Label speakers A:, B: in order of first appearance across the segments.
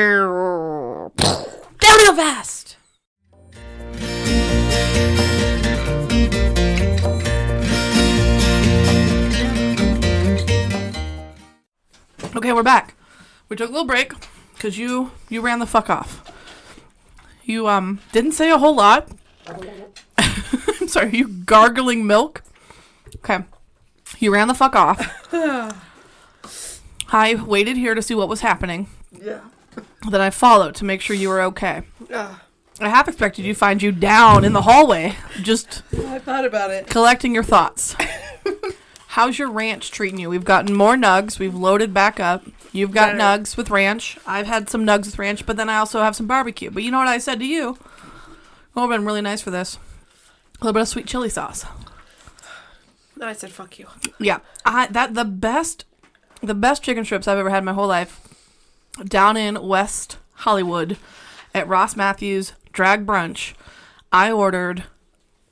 A: Meow. Downhill fast. Okay, we're back. We took a little break because you you ran the fuck off. You um didn't say a whole lot. I'm sorry. You gargling milk. Okay, you ran the fuck off. I waited here to see what was happening.
B: Yeah.
A: Then I followed to make sure you were okay.
B: Ah,
A: I half expected you to find you down in the hallway, just
B: I thought about it.
A: collecting your thoughts. How's your ranch treating you? We've gotten more nugs. We've loaded back up. You've got
B: Better.
A: nugs with ranch. I've had some nugs with ranch, but then I also have some barbecue. But you know what I said to you? Oh, been really nice for this. A little bit of sweet chili sauce.
B: Then I said, fuck you.
A: Yeah, I that the best, the best chicken strips I've ever had in my whole life, down in West Hollywood, at Ross Matthews Drag Brunch. I ordered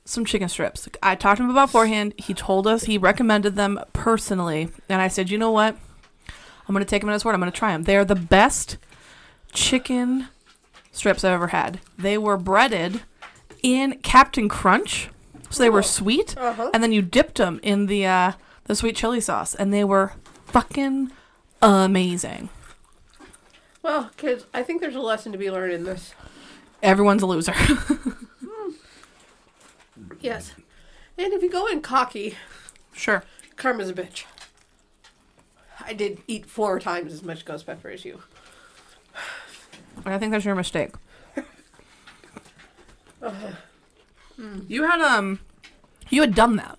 A: some chicken strips. I talked to him about beforehand. He told us he recommended them personally, and I said, you know what? I'm gonna take him at his word. I'm gonna try them. They are the best chicken strips I've ever had. They were breaded in Captain Crunch, so they were sweet,
B: Uh-huh.
A: and then you dipped them in the uh, the sweet chili sauce, and they were fucking amazing.
B: Well, kids, I think there's a lesson to be learned in this.
A: Everyone's a loser.
B: Yes. And if you go in cocky,
A: sure.
B: karma's a bitch. I did eat four times as much ghost pepper as you.
A: I think that's your mistake. You had um, you had done that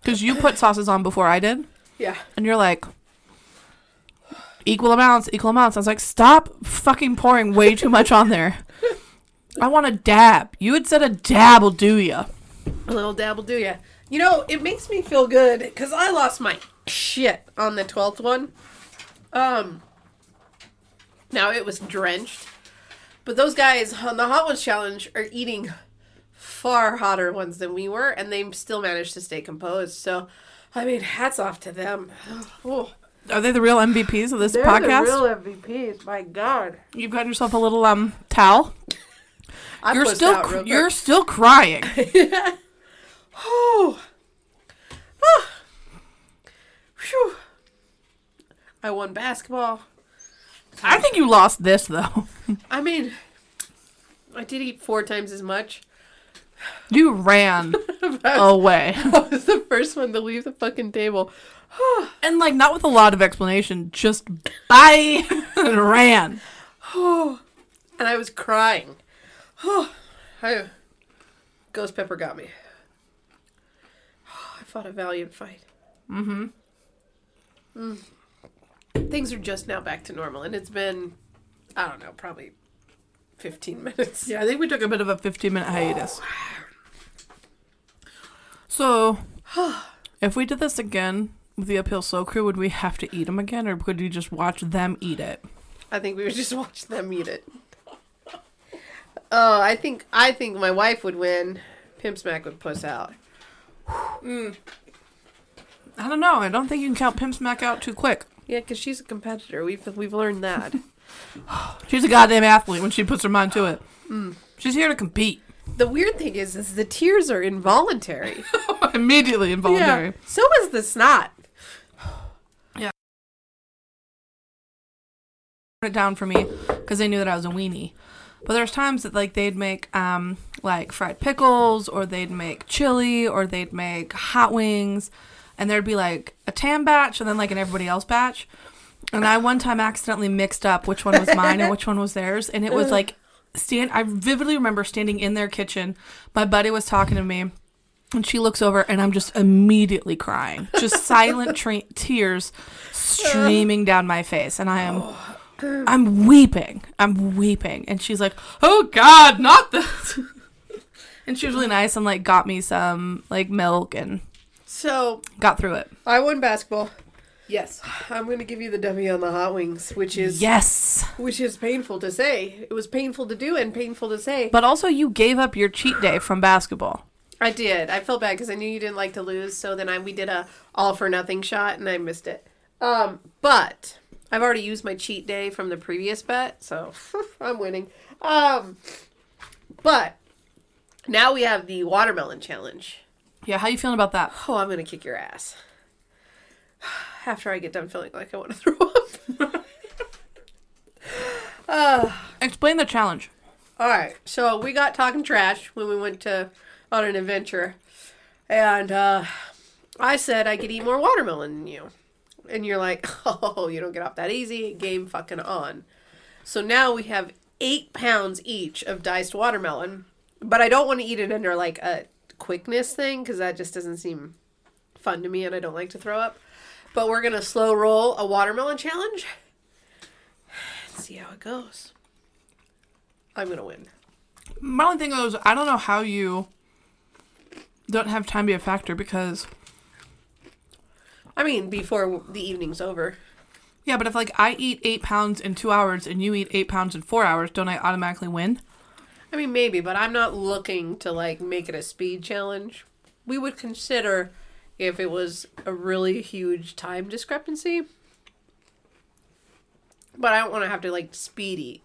A: because you put sauces on before I did,
B: Yeah.
A: and you're like, equal amounts, equal amounts. I was like, stop fucking pouring way too much on there. I want a dab. You had said a dab will do ya.
B: A little dabble do ya. You know, it makes me feel good because I lost my shit on the twelfth one. Um. Now it was drenched, but those guys on the hot ones challenge are eating far hotter ones than we were, and they still managed to stay composed. So, I mean, hats off to them. Oh,
A: Are they the real MVPs of this podcast?
B: MVPs. My God,
A: You've got yourself a little um towel.
B: I
A: You're
B: pussed
A: still
B: out
A: cr-
B: real
A: you're
B: quick.
A: still crying.
B: Oh. Ah. Phew. I won basketball.
A: I think you lost this though.
B: I mean, I did eat four times as much.
A: You ran
B: I
A: away.
B: was the first one to leave the fucking table.
A: And like not with a lot of explanation, just bye and ran.
B: And I was crying. Oh, I, Ghost Pepper got me. I fought a valiant fight. Mm-hmm. Things are just now back to normal, and it's been, I don't know, probably 15 minutes.
A: Yeah, I think we took a bit of a 15 minute hiatus. So, if we did this again with the Uphill Slow Crew, would we have to eat them again or could we just watch them eat it?
B: I think we would just watch them eat it. Oh, I think I think my wife would win. Pimp Smack would puss out.
A: Mm. I don't know. I don't think you can count Pimp Smack out too quick.
B: Yeah, because she's a competitor. We've we've learned that.
A: She's a goddamn athlete when she puts her mind to it.
B: Mm.
A: She's here to compete.
B: the weird thing is, is the tears are involuntary.
A: Immediately
B: yeah.
A: involuntary.
B: So is the snot.
A: Put it down for me because they knew that I was a weenie. But there's times that like they'd make um like fried pickles or they'd make chili or they'd make hot wings and there'd be like a tan batch and then like an everybody else batch. And I one time accidentally mixed up which one was mine and which one was theirs and it was like stand I vividly remember standing in their kitchen. My buddy was talking to me and she looks over, and I'm just immediately crying. Just silent tra- tears streaming down my face. And I am. I'm weeping. I'm weeping. And she's like, oh God, not this. and she was really nice and like got me some like milk and
B: So
A: got through it.
B: I won basketball.
A: Yes.
B: I'm gonna give you the W on the hot wings, which is
A: Yes.
B: which is painful to say. It was painful to do and painful to say.
A: But also, you gave up your cheat day from basketball.
B: I did. I felt bad because I knew you didn't like to lose. So then I we did a all for nothing shot and I missed it. Um, but I've already used my cheat day from the previous bet, so I'm winning. Um, but now we have the watermelon challenge.
A: Yeah, how you feeling about that?
B: Oh, I'm gonna kick your ass. After I get done feeling like I want to throw up. uh,
A: Explain the challenge.
B: all right, so we got talking trash when we went to on an adventure, and uh, I said I could eat more watermelon than you, and you're like, "Oh, you don't get off that easy." Game fucking on. So now we have eight pounds each of diced watermelon, but I don't want to eat it under like a quickness thing because that just doesn't seem fun to me, and I don't like to throw up. But we're gonna slow roll a watermelon challenge. and See how it goes. I'm gonna win.
A: My only thing was I don't know how you don't have time be a factor because
B: I mean, before the evening's over.
A: yeah, but if like I eat eight pounds in two hours and you eat eight pounds in four hours, don't I automatically win?
B: I mean, maybe, but I'm not looking to like make it a speed challenge. We would consider if it was a really huge time discrepancy. But I don't want to have to like speed eat.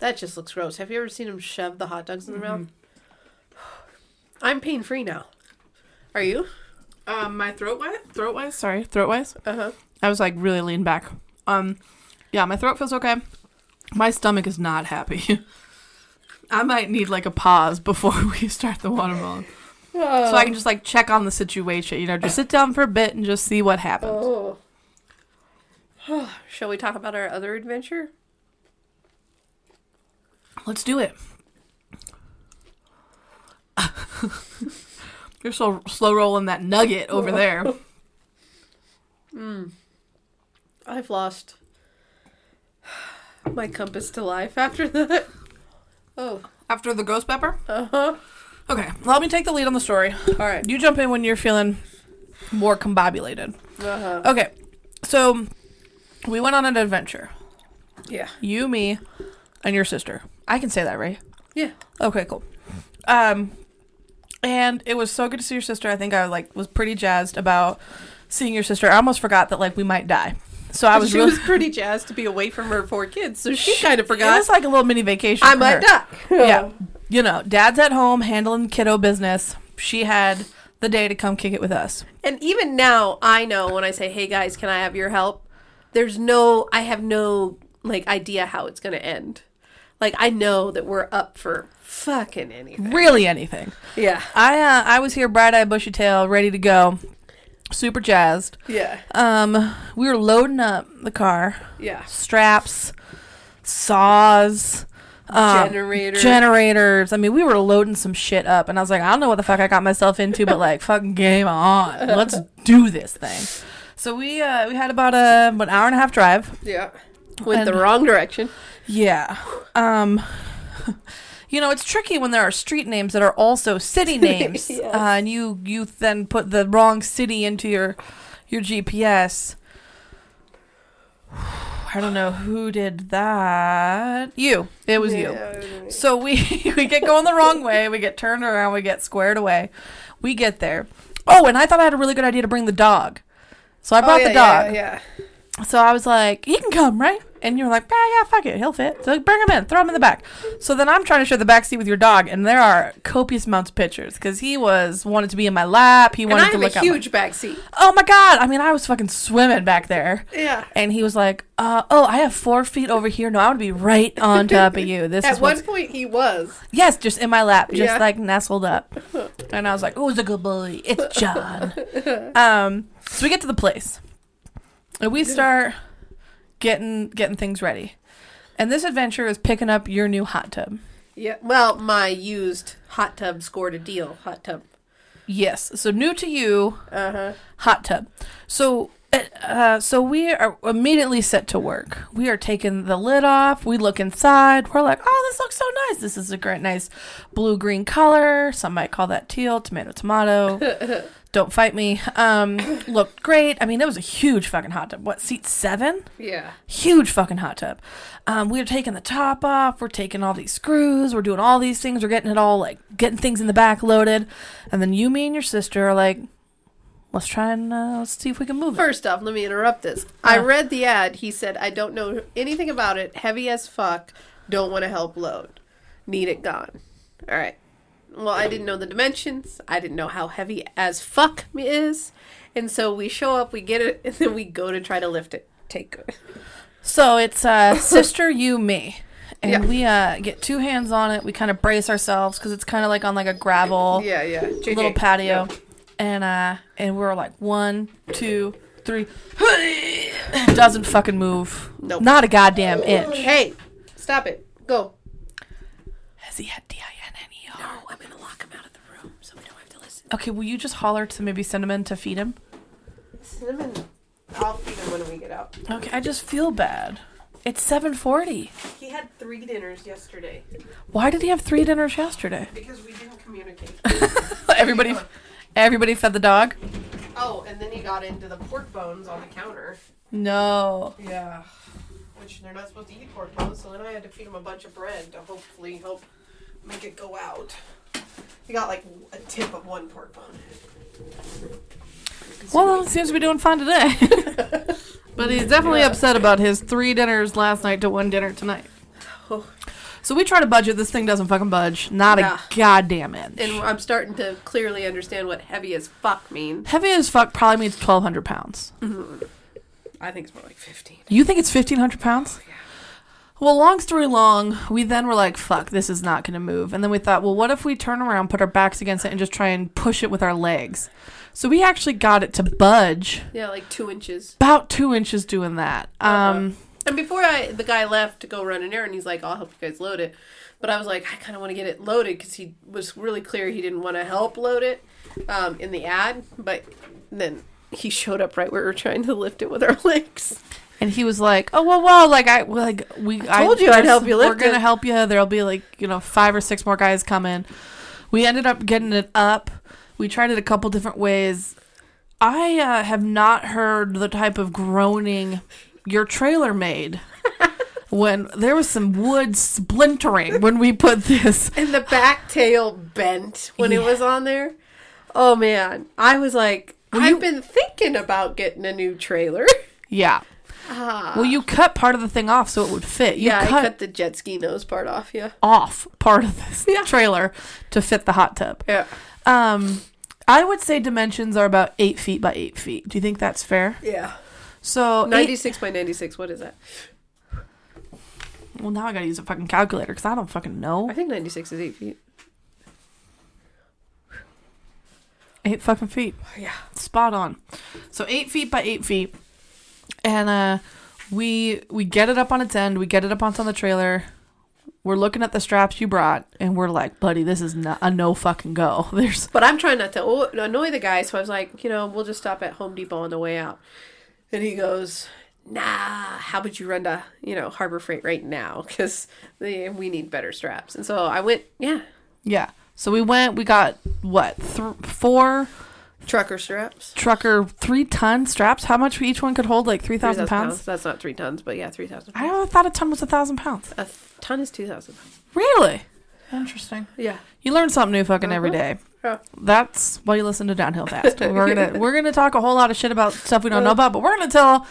B: That just looks gross. Have you ever seen them shove the hot dogs in their mouth? I'm pain free now. Are you?
A: Um, my throat Uh-huh. wise, throat wise, sorry, throat wise.
B: Uh huh.
A: I was like really leaned back. Um, yeah, my throat feels okay. My stomach is not happy. I might need like a pause before we start the watermelon, so I can just like check on the situation. You know, just sit down for a bit and just see what happens.
B: Oh. Shall we talk about our other adventure?
A: Let's do it. You're so slow rolling that nugget over there.
B: I've lost my compass to life after that. Oh,
A: After the ghost pepper?
B: uh
A: Uh-huh.
B: huh.
A: Okay, let me take the lead on the story.
B: All right.
A: You jump in when you're feeling more combobulated.
B: Uh huh.
A: Okay, so we went on an adventure.
B: Yeah.
A: You, me, and your sister. I can say that, right?
B: Yeah.
A: Okay, cool. Um, and it was so good to see your sister. I think I like was pretty jazzed about seeing your sister. I almost forgot that like we might die, so I was
B: she
A: really
B: was pretty jazzed to be away from her four kids, so she kind
A: It
B: of forgot.
A: was like a little mini vacation.
B: I
A: for
B: might
A: her.
B: die.
A: Yeah, you know, dad's at home handling kiddo business. She had the day to come kick it with us.
B: And even now, I know when I say, "Hey guys, can I have your help?" There's no, I have no like idea how it's gonna end. Like I know that we're up for fucking anything.
A: Really, anything.
B: Yeah.
A: I uh, I was here, bright eyed, bushy tail, ready to go, super jazzed.
B: Yeah.
A: Um, we were loading up the car,
B: Yeah.
A: straps, saws, um,
B: Generator.
A: generators. I mean, we were loading some shit up, and I was like, I don't know what the fuck I got myself into, but like, fucking game on, let's do this thing. So we uh, we had about a an hour and a half drive.
B: yeah. Went the
A: And-
B: wrong direction.
A: Yeah. Um you know, it's tricky when there are street names that are also city names.
B: Yes.
A: uh, and you you then put the wrong city into your your GPS. I don't know who did that. You. It was you. So we we get going the wrong way. We get turned around. We get squared away. We get there. Oh, and I thought I had a really good idea to bring the dog. So I brought the dog.
B: Oh, Yeah.
A: So I was like, he can come, right? And you were like, yeah, yeah, fuck it, he'll fit. So bring him in, throw him in the back. So then I'm trying to share the back seat with your dog, and there are copious amounts of pictures because he was wanted to be in my lap. He
B: And
A: wanted
B: I
A: to
B: have
A: look
B: a
A: at.
B: huge backseat.
A: oh my god! I mean, I was fucking swimming back there.
B: Yeah.
A: And he was like, uh, "Oh, I have four feet over here. No, I want to be right on top of you. This
B: At
A: is what's
B: one point, he was.
A: Yes, just in my lap, just
B: Yeah.
A: like nestled up. And I was like, "Who's a good boy? It's John." um, so we get to the place, and we start getting getting things ready. And this adventure is picking up your new hot tub.
B: Yeah. Well, my used hot tub scored a deal. Hot tub.
A: Yes, so new to you,
B: Uh huh.
A: hot tub. So. uh, Uh, so we are immediately set to work. We are taking the lid off. We look inside. We're like, oh, this looks so nice. This is a great, nice blue green color. Some might call that teal, tomato, tomato. don't fight me. Um, looked great. I mean, it was a huge fucking hot tub. What seat seven?
B: Yeah.
A: Huge fucking hot tub. Um, we were taking the top off. We're taking all these screws. We're doing all these things. We're getting it all like getting things in the back loaded, and then you, me, and your sister are like, Let's try and uh, let's see if we can move it.
B: First off, let me interrupt this. I
A: Yeah.
B: read the ad. He said, I don't know anything about it. Heavy as fuck. Don't want to help load. Need it gone. All right. Well, I didn't know the dimensions. I didn't know how heavy as fuck is. And so we show up, we get it, and then we go to try to lift it. Take it.
A: So it's uh, sister, you, me, and
B: Yeah.
A: we uh, get two hands on it. We kind of brace ourselves because it's kind of like on like a gravel
B: Yeah, yeah. JJ.
A: little patio,
B: Yeah.
A: and uh, and we're like one, two, three. It doesn't fucking move.
B: Nope.
A: Not a goddamn inch.
B: Hey, stop it. Go.
A: Has he had D I N N E R?
B: Oh, I'm going to lock him out of the room so we don't have to listen.
A: Okay, will you just holler to maybe send him in to feed him?
B: Cinnamon. I'll feed him when we get out.
A: Okay, I just feel bad. It's seven forty.
B: He had three dinners yesterday
A: Why did he have three dinners yesterday?
B: because we didn't communicate.
A: everybody, everybody fed the dog.
B: Oh, and then he got into the pork bones on the counter.
A: No.
B: Yeah. Which they're not supposed to eat pork bones, so then I had to feed him a bunch of bread to hopefully help make it go out. He got like a tip of one pork bone.
A: Well, it seems to be doing fine today. but he's definitely upset about his three dinners last night to one dinner tonight.
B: Oh.
A: So we try to budget. This thing doesn't fucking budge. Not
B: Nah.
A: a goddamn inch.
B: And I'm starting to clearly understand what heavy as fuck mean.
A: Heavy as fuck probably means twelve hundred pounds.
B: I think it's more like 15.
A: You think it's fifteen hundred pounds?
B: yeah.
A: Well, long story long, we then were like, "Fuck, this is not going to move." And then we thought, "Well, what if we turn around, put our backs against it, and just try and push it with our legs?" So we actually got it to budge
B: Yeah, like two inches.
A: about two inches doing that. Um,
B: And before I, the guy left to go run an errand, he's like, "I'll help you guys load it," but I was like, "I kind of want to get it loaded because he was really clear he didn't want to help load it um, in the ad." But then he showed up right where we were trying to lift it with our legs.
A: and he was like, "Oh, well, well, like I, well, like we, I
B: told you I'd
A: there's-
B: help you
A: We're
B: lift
A: gonna
B: it."
A: help you. There'll be like you know five or six more guys coming." We ended up getting it up. We tried it a couple different ways. I uh, have not heard the type of groaning your trailer made when there was some wood splintering when we put this.
B: And the back tail bent when it was on there. Oh man, I was like, I've been thinking about getting a new trailer.
A: Yeah. Well, you cut part of the thing off so it would fit. Ah. You
B: yeah, I
A: cut
B: cut the jet ski nose part off. Yeah,
A: off part of this trailer to fit the hot tub.
B: yeah,
A: Um, I would say dimensions are about eight feet by eight feet. Do you think that's fair?
B: yeah.
A: So
B: Ninety
A: eight,
B: six by ninety six. What is that?
A: well, now I gotta use a fucking calculator because I don't fucking know.
B: I think ninety six is eight feet.
A: Eight fucking feet,
B: Yeah.
A: spot on. So eight feet by eight feet, and uh, we we get it up on its end. We get it up on, on the trailer. We're looking at the straps you brought, and we're like, buddy, this is not a no fucking go. There's
B: But I'm trying not to o- annoy the guy, so I was like, you know, we'll just stop at Home Depot on the way out. And he goes, Nah, how about you run to, you know, Harbor Freight right now? Because we need better straps. And so I went, yeah,
A: yeah. So we went. We got what th- four
B: trucker straps.
A: trucker three ton straps. How much each one could hold? Like three thousand
B: 3,000
A: pounds.
B: That's not three tons, but yeah, 3,000
A: I
B: pounds.
A: always thought a ton was a thousand pounds.
B: A th- ton is 2,000 pounds.
A: Really? Interesting.
B: Yeah.
A: You learn something new fucking every day.
B: Uh-huh. Yeah.
A: That's why you listen to Downhill Fast. We're gonna we're gonna talk a whole lot of shit about stuff we don't
B: Uh-huh.
A: know about, but we're gonna tell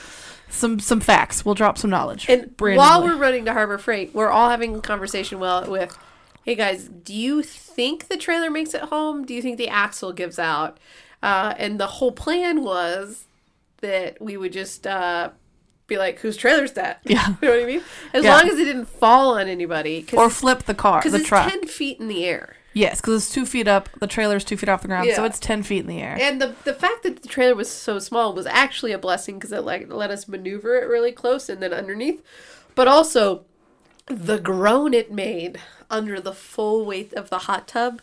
A: some some facts. We'll drop some knowledge.
B: And while
A: randomly.
B: we're running to Harbor Freight, we're all having a conversation well with, hey guys, do you think the trailer makes it home? Do you think the axle gives out? Uh, and the whole plan was that we would just uh, be like, whose trailer's that?
A: Yeah.
B: you know what I mean? As
A: Yeah.
B: long as it didn't fall on anybody. Cause
A: or flip the car,
B: because
A: the
B: it's
A: truck.
B: 10 feet in the air.
A: Yes, because it's two feet up. The trailer's two feet off the ground, so
B: Yeah.
A: it's ten feet in the air.
B: And the, the fact that the trailer was so small was actually a blessing because it like let us maneuver it really close and then underneath. But also, the groan it made under the full weight of the hot tub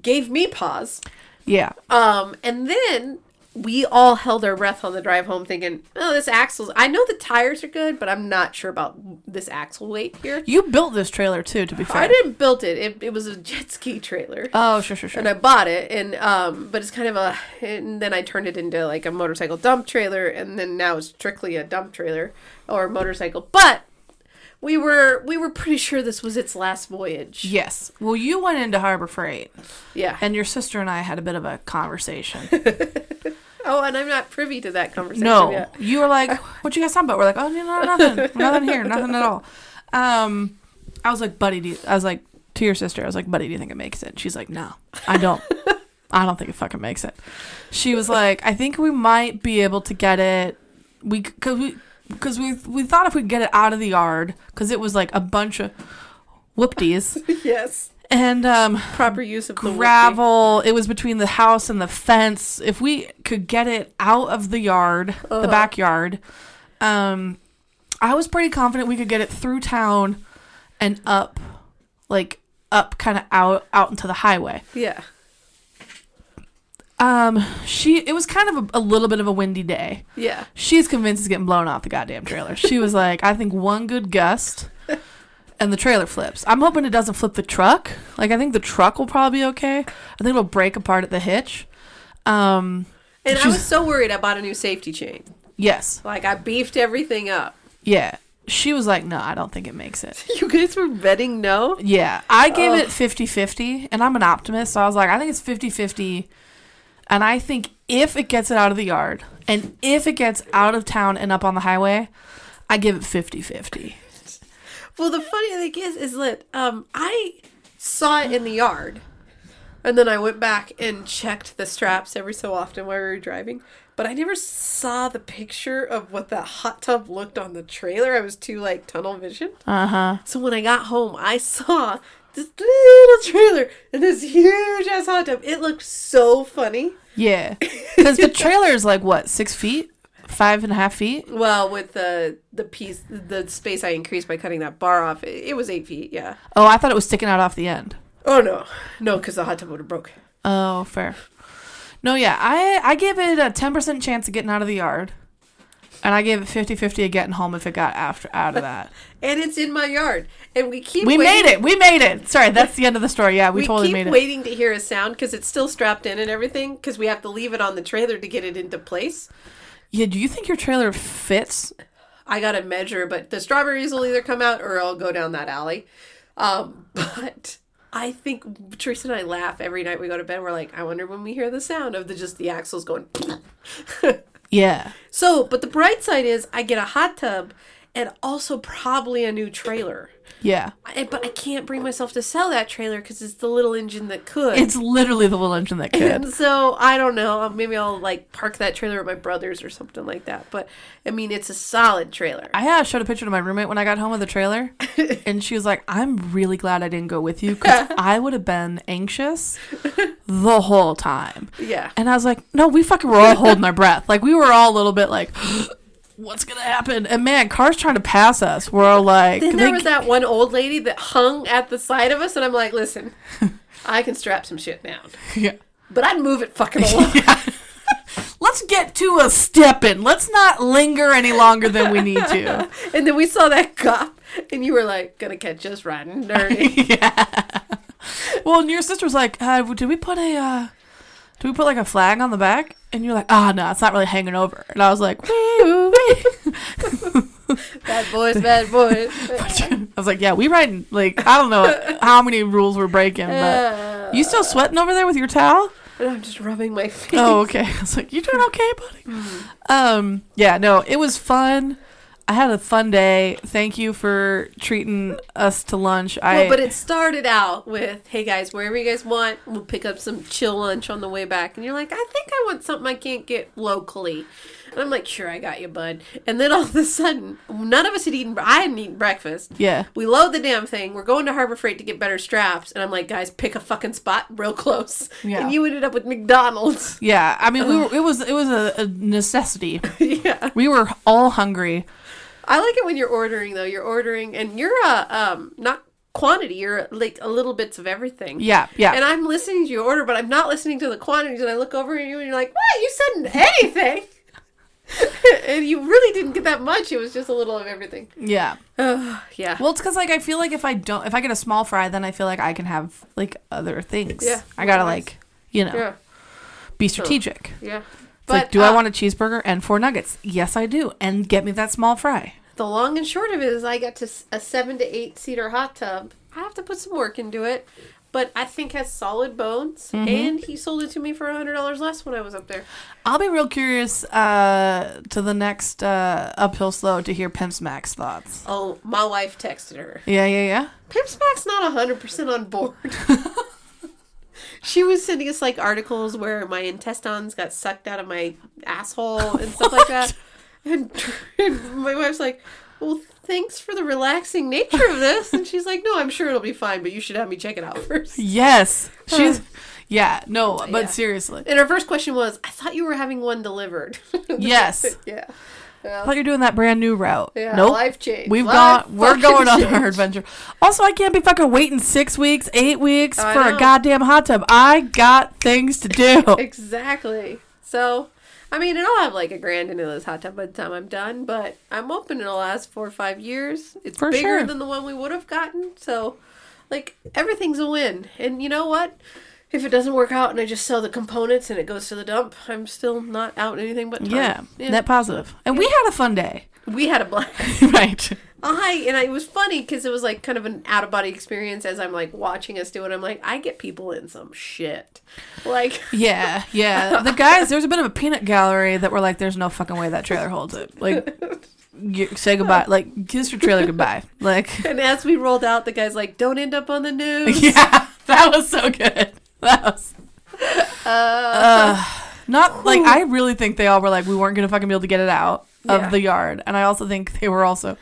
B: gave me pause.
A: yeah.
B: Um, and then we all held our breath on the drive home, thinking, "Oh, this axle's. I know the tires are good, but I'm not sure about this axle weight here."
A: You built this trailer too, to be fair.
B: I didn't build it. It it was a jet ski trailer
A: Oh, sure, sure, sure.
B: and I bought it and um but it's kind of a and then I turned it into like a motorcycle dump trailer and then now it's strictly a dump trailer or a motorcycle but we were we were pretty sure this was its last voyage
A: yes. Well, you went into Harbor Freight.
B: yeah
A: And your sister and I had a bit of a conversation.
B: Oh, and I'm not privy to that conversation
A: No,
B: yet.
A: you were like, "What you guys talking about?" We're like, "Oh, no, no, nothing, nothing here, nothing at all." Um, I was like, "Buddy, do you, I was like to your sister, I was like, "Buddy, do you think it makes it?" She's like, "No, I don't. I don't think it fucking makes it." She was like, "I think we might be able to get it. We because we." Because we we thought if we could get it out of the yard, because it was like a bunch of whoopties
B: yes.
A: and um,
B: Proper use of the whoopee.
A: gravel. It was between the house and the fence. If we could get it out of the yard, the backyard, um, I was pretty confident we could get it through town and up, like up, kind of out out into the highway.
B: Yeah.
A: Um, she. It was kind of a, a little bit of a windy day.
B: Yeah.
A: She's convinced it's getting blown off the goddamn trailer. She was like, I think one good gust. And the trailer flips. I'm hoping it doesn't flip the truck. Like I think the truck will probably be okay. I think it'll break apart at the hitch. Um,
B: And I
A: She's-
B: was so worried I bought a new safety chain.
A: yes,
B: Like I beefed everything up.
A: yeah. She was like, "No, I don't think it makes it."
B: You guys were betting no?
A: Yeah, I gave
B: Ugh.
A: it 50-50, and I'm an optimist, so I was like, I think it's 50-50, and I think if it gets it out of the yard, and if it gets out of town and up on the highway, I give it 50-50.
B: Well, the funny thing is, is that um, I saw it in the yard, and then I went back and checked the straps every so often while we were driving. But I never saw the picture of what that hot tub looked on the trailer. I was too like tunnel vision.
A: Uh huh.
B: So when I got home, I saw this little trailer and this huge ass hot tub. It looked so funny.
A: Yeah, because the trailer is like what six feet, five and a half feet.
B: Well, with the the piece, the space I increased by cutting that bar off, it, it was eight feet. Yeah.
A: Oh, I thought it was sticking out off the end.
B: Oh no, no, because the hot tub would have broke.
A: Oh, fair. No, yeah, I I gave it a ten percent chance of getting out of the yard, and I gave it 50-50 of getting home if it got after out of that.
B: and it's in my yard. And we keep
A: we
B: waiting,
A: made it. We made it. Sorry, that's the end of the story. Yeah, we,
B: We
A: totally
B: keep
A: made it.
B: waiting to hear a sound because it's still strapped in and everything because we have to leave it on the trailer to get it into place.
A: Yeah, do you think your trailer fits?
B: I gotta measure, but the strawberries will either come out or I'll go down that alley. Um, but I think Teresa and I laugh every night we go to bed. We're like, I wonder when we hear the sound of the just the axles going.
A: Yeah.
B: so, but the bright side is I get a hot tub and also probably a new trailer.
A: Yeah.
B: I, but I can't bring myself to sell that trailer because it's the little engine that could.
A: It's literally the little engine that could.
B: And so I don't know. Uh, Maybe I'll like park that trailer at my brother's or something like that. But I mean, it's a solid trailer.
A: I had showed a picture to my roommate when I got home of the trailer, and she was like, "I'm really glad I didn't go with you because I would have been anxious the whole time."
B: Yeah.
A: And I was like, "No, we fucking were all holding our breath. Like we were all a little bit like, what's gonna happen?" And man, cars trying to pass us were all like,
B: Then
A: they-
B: there was that one old lady that hung at the side of us, and I'm like, listen, I can strap some shit down,
A: Yeah.
B: but I'd move it fucking along.
A: Let's get to a step in. Let's not linger any longer than we need to.
B: and then we saw that cop, and you were like, gonna catch us riding dirty.
A: Well, and your sister was like, uh, "Did we put a, uh, do we put like a flag on the back?" And you're like, "Ah, no, it's not really hanging over." And I was like, "Wee, wee."
B: bad boys, bad boys.
A: I was like, "Yeah, we riding." Like, I don't know how many rules we're breaking, but
B: Uh,
A: you still sweating over there with your towel?
B: and I'm just rubbing my face.
A: Oh, okay. I was like, "You doing okay, buddy?"
B: Mm-hmm.
A: Um, yeah, no, it was fun. I had a fun day. Thank you for treating us to lunch. I
B: Well, but it started out with, "Hey guys, wherever you guys want, we'll pick up some chill lunch on the way back." And you're like, "I think I want something I can't get locally," and I'm like, "Sure, I got you, bud." And then all of a sudden, none of us had eaten. I hadn't eaten breakfast.
A: yeah.
B: We load the damn thing. We're going to Harbor Freight to get better straps, and I'm like, "Guys, pick a fucking spot real close."
A: Yeah.
B: And you ended up with McDonald's.
A: Yeah, I mean, we were, it was it was a, a necessity.
B: yeah.
A: We were all hungry.
B: I like it when you're ordering though. You're ordering, and you're uh, um not quantity. You're like a little bits of everything.
A: Yeah, yeah.
B: And I'm listening to your order, but I'm not listening to the quantities. And I look over at you and you're like, what? You said anything. and you really didn't get that much. It was just a little of everything.
A: yeah.
B: Ugh, yeah.
A: Well, it's because like I feel like if I don't, if I get a small fry, then I feel like I can have like other things.
B: Yeah,
A: I gotta
B: otherwise-
A: like you know
B: yeah.
A: be strategic. It's
B: Yeah.
A: like, do I
B: uh,
A: want a cheeseburger and four nuggets? Yes, I do. And get me that small fry.
B: The long and short of it is I got to s- a seven to eight seater hot tub. I have to put some work into it. but I think has solid bones. And he sold it to me for a hundred dollars less when I was up there.
A: I'll be real curious uh, to the next uh, uphill slow to hear Pimp Smack's thoughts.
B: Oh, my wife texted her.
A: Yeah, yeah, yeah.
B: Pimp Smack's not hundred percent on board. she was sending us like articles where my intestines got sucked out of my asshole and stuff like that. And, and my wife's like, "Well, thanks for the relaxing nature of this." And she's like, "No, I'm sure it'll be fine, but you should have me check it out first.
A: Yes, she's. Yeah, no, but
B: Yeah.
A: seriously,
B: And her first question was, "I thought you were having one delivered."
A: yes.
B: yeah.
A: I thought you're doing that brand new route.
B: Yeah,
A: nope.
B: life change.
A: We've
B: Life
A: gone. We're
B: fucking
A: going on
B: change.
A: our adventure. Also, I can't be fucking waiting six weeks, eight weeks
B: I
A: for
B: know.
A: a goddamn hot tub. I got things to do.
B: Exactly. So, I mean, and I'll have like a grand into this hot tub by the time I'm done, but I'm hoping it'll last four or five years. It's
A: For
B: bigger
A: sure.
B: than the one we would have gotten. So, like, everything's a win. And you know what? If it doesn't work out and I just sell the components and it goes to the dump, I'm still not out anything but time.
A: yeah, net positive. And we had a fun day,
B: we had a blast.
A: right?
B: I and I, it was funny because it was like kind of an out of body experience as I'm like watching us do it. I'm like, I get people in some shit. Like,
A: Yeah, yeah. The guys, there's a bit of a peanut gallery that were like, "There's no fucking way that trailer holds it." Like, you, say goodbye. Like, kiss your trailer goodbye. Like,
B: and as we rolled out, the guy's like, "Don't end up on the news."
A: yeah, that was so good. That was. Uh, not like I really think they all were like we weren't gonna fucking be able to get it out of
B: Yeah.
A: the yard, and I also think they were also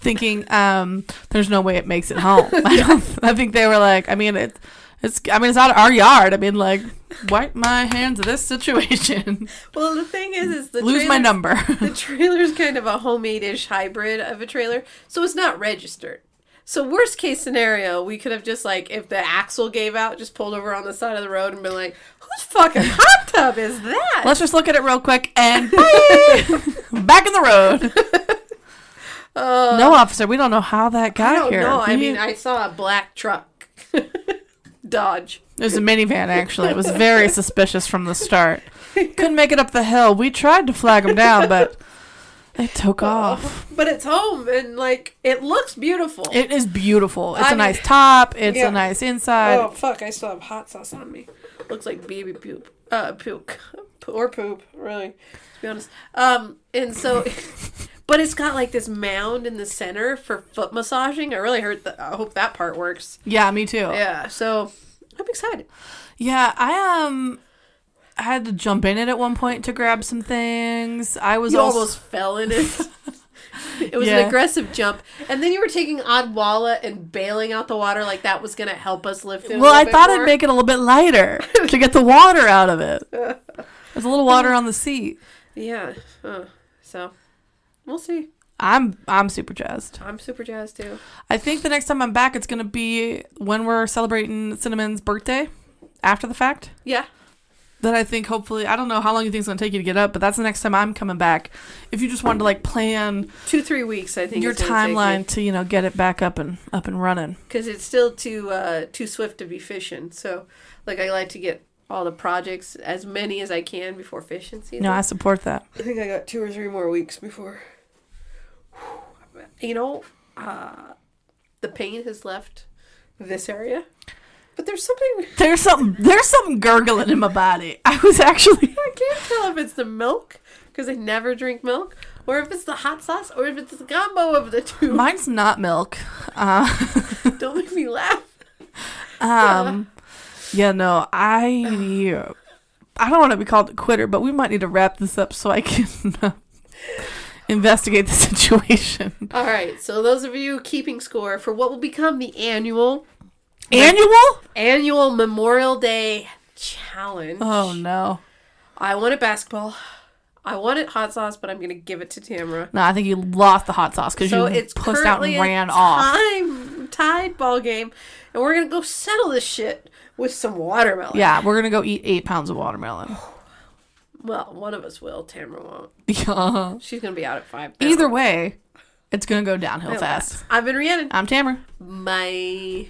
A: thinking um, there's no way it makes it home. I, don't, I think they were like, I mean it, it's I mean it's not our yard. I mean like wipe my hands of this situation,
B: Well, the thing is, is the
A: lose my
B: trailer's-
A: number.
B: The trailer's kind of a homemade-ish hybrid of a trailer, so it's not registered. So worst case scenario, we could have just like if the axle gave out, just pulled over on the side of the road and been like, "Whose fucking hot tub is that?"
A: Let's just look at it real quick and bye! back in the road. no, officer, we don't know how that got
B: Uh, I don't
A: here.
B: know. I
A: We-
B: mean, I saw a black truck, Dodge.
A: It was a minivan, actually. It was very suspicious from the start. Couldn't make it up the hill. We tried to flag them down, but they took
B: Oh.
A: off.
B: But it's home and like it looks beautiful.
A: It is beautiful. It's
B: I
A: a
B: mean-
A: nice top. It's
B: Yeah.
A: a nice inside.
B: oh fuck! I still have hot sauce on me. Looks like baby poop, uh, poop, or poop. Really, to be honest. Um, and so, but it's got like this mound in the center for foot massaging. I really hurt. The, I hope that part works.
A: Yeah, me too. Yeah.
B: Yeah. So I'm excited.
A: I um, I had to jump in it at one point to grab some things. I was
B: You
A: also-
B: almost fell in it. It was an
A: Yeah.
B: aggressive jump, and then you were taking Odwalla and bailing out the water like that was going to help us lift it. a
A: Well,
B: little
A: I
B: bit
A: thought
B: more.
A: I'd make it a little bit lighter to get the water out of it. There's a little water on the seat.
B: Yeah. Huh. So we'll see.
A: I'm I'm super jazzed.
B: I'm super jazzed too.
A: I think the next time I'm back, it's gonna be when we're celebrating Cinnamon's birthday, after the fact.
B: Yeah.
A: That I think hopefully I don't know how long you think it's gonna take you to get up, but that's the next time I'm coming back. If you just wanted to like plan
B: two three weeks i think
A: your timeline to you know get it back up and up and running.
B: because it's still too uh too swift to be fishing so like i like to get all the projects as many as i can before fishing season
A: No, I support that.
B: I think i got two or three more weeks before you know uh the pain has left this area but there's something
A: There's something there's something gurgling in my body. I was actually
B: i can't tell if it's the milk because i never drink milk or if it's the hot sauce or if it's the combo of the two
A: mine's not milk. Uh,
B: don't make me laugh
A: Um, yeah, no, I, I don't want to be called a quitter, but we might need to wrap this up so I can uh, investigate the situation.
B: All right, so those of you keeping score for what will become the annual
A: Annual?
B: annual Memorial Day challenge.
A: Oh no,
B: I want it basketball. I want it hot sauce, but I'm gonna give it to Tamara.
A: no, I think you lost the hot sauce because
B: So
A: you
B: it's
A: pussed out and
B: currently
A: ran
B: a
A: off.
B: time tied ball game, and we're gonna go settle this shit with some watermelon.
A: Yeah, we're gonna go eat eight pounds of watermelon.
B: Well, one of us will. Tamara won't.
A: Yeah.
B: She's gonna be out at five.
A: Either way, it's gonna go downhill
B: I'll
A: fast.
B: I've been Rhiannon.
A: I'm Tamara.
B: My.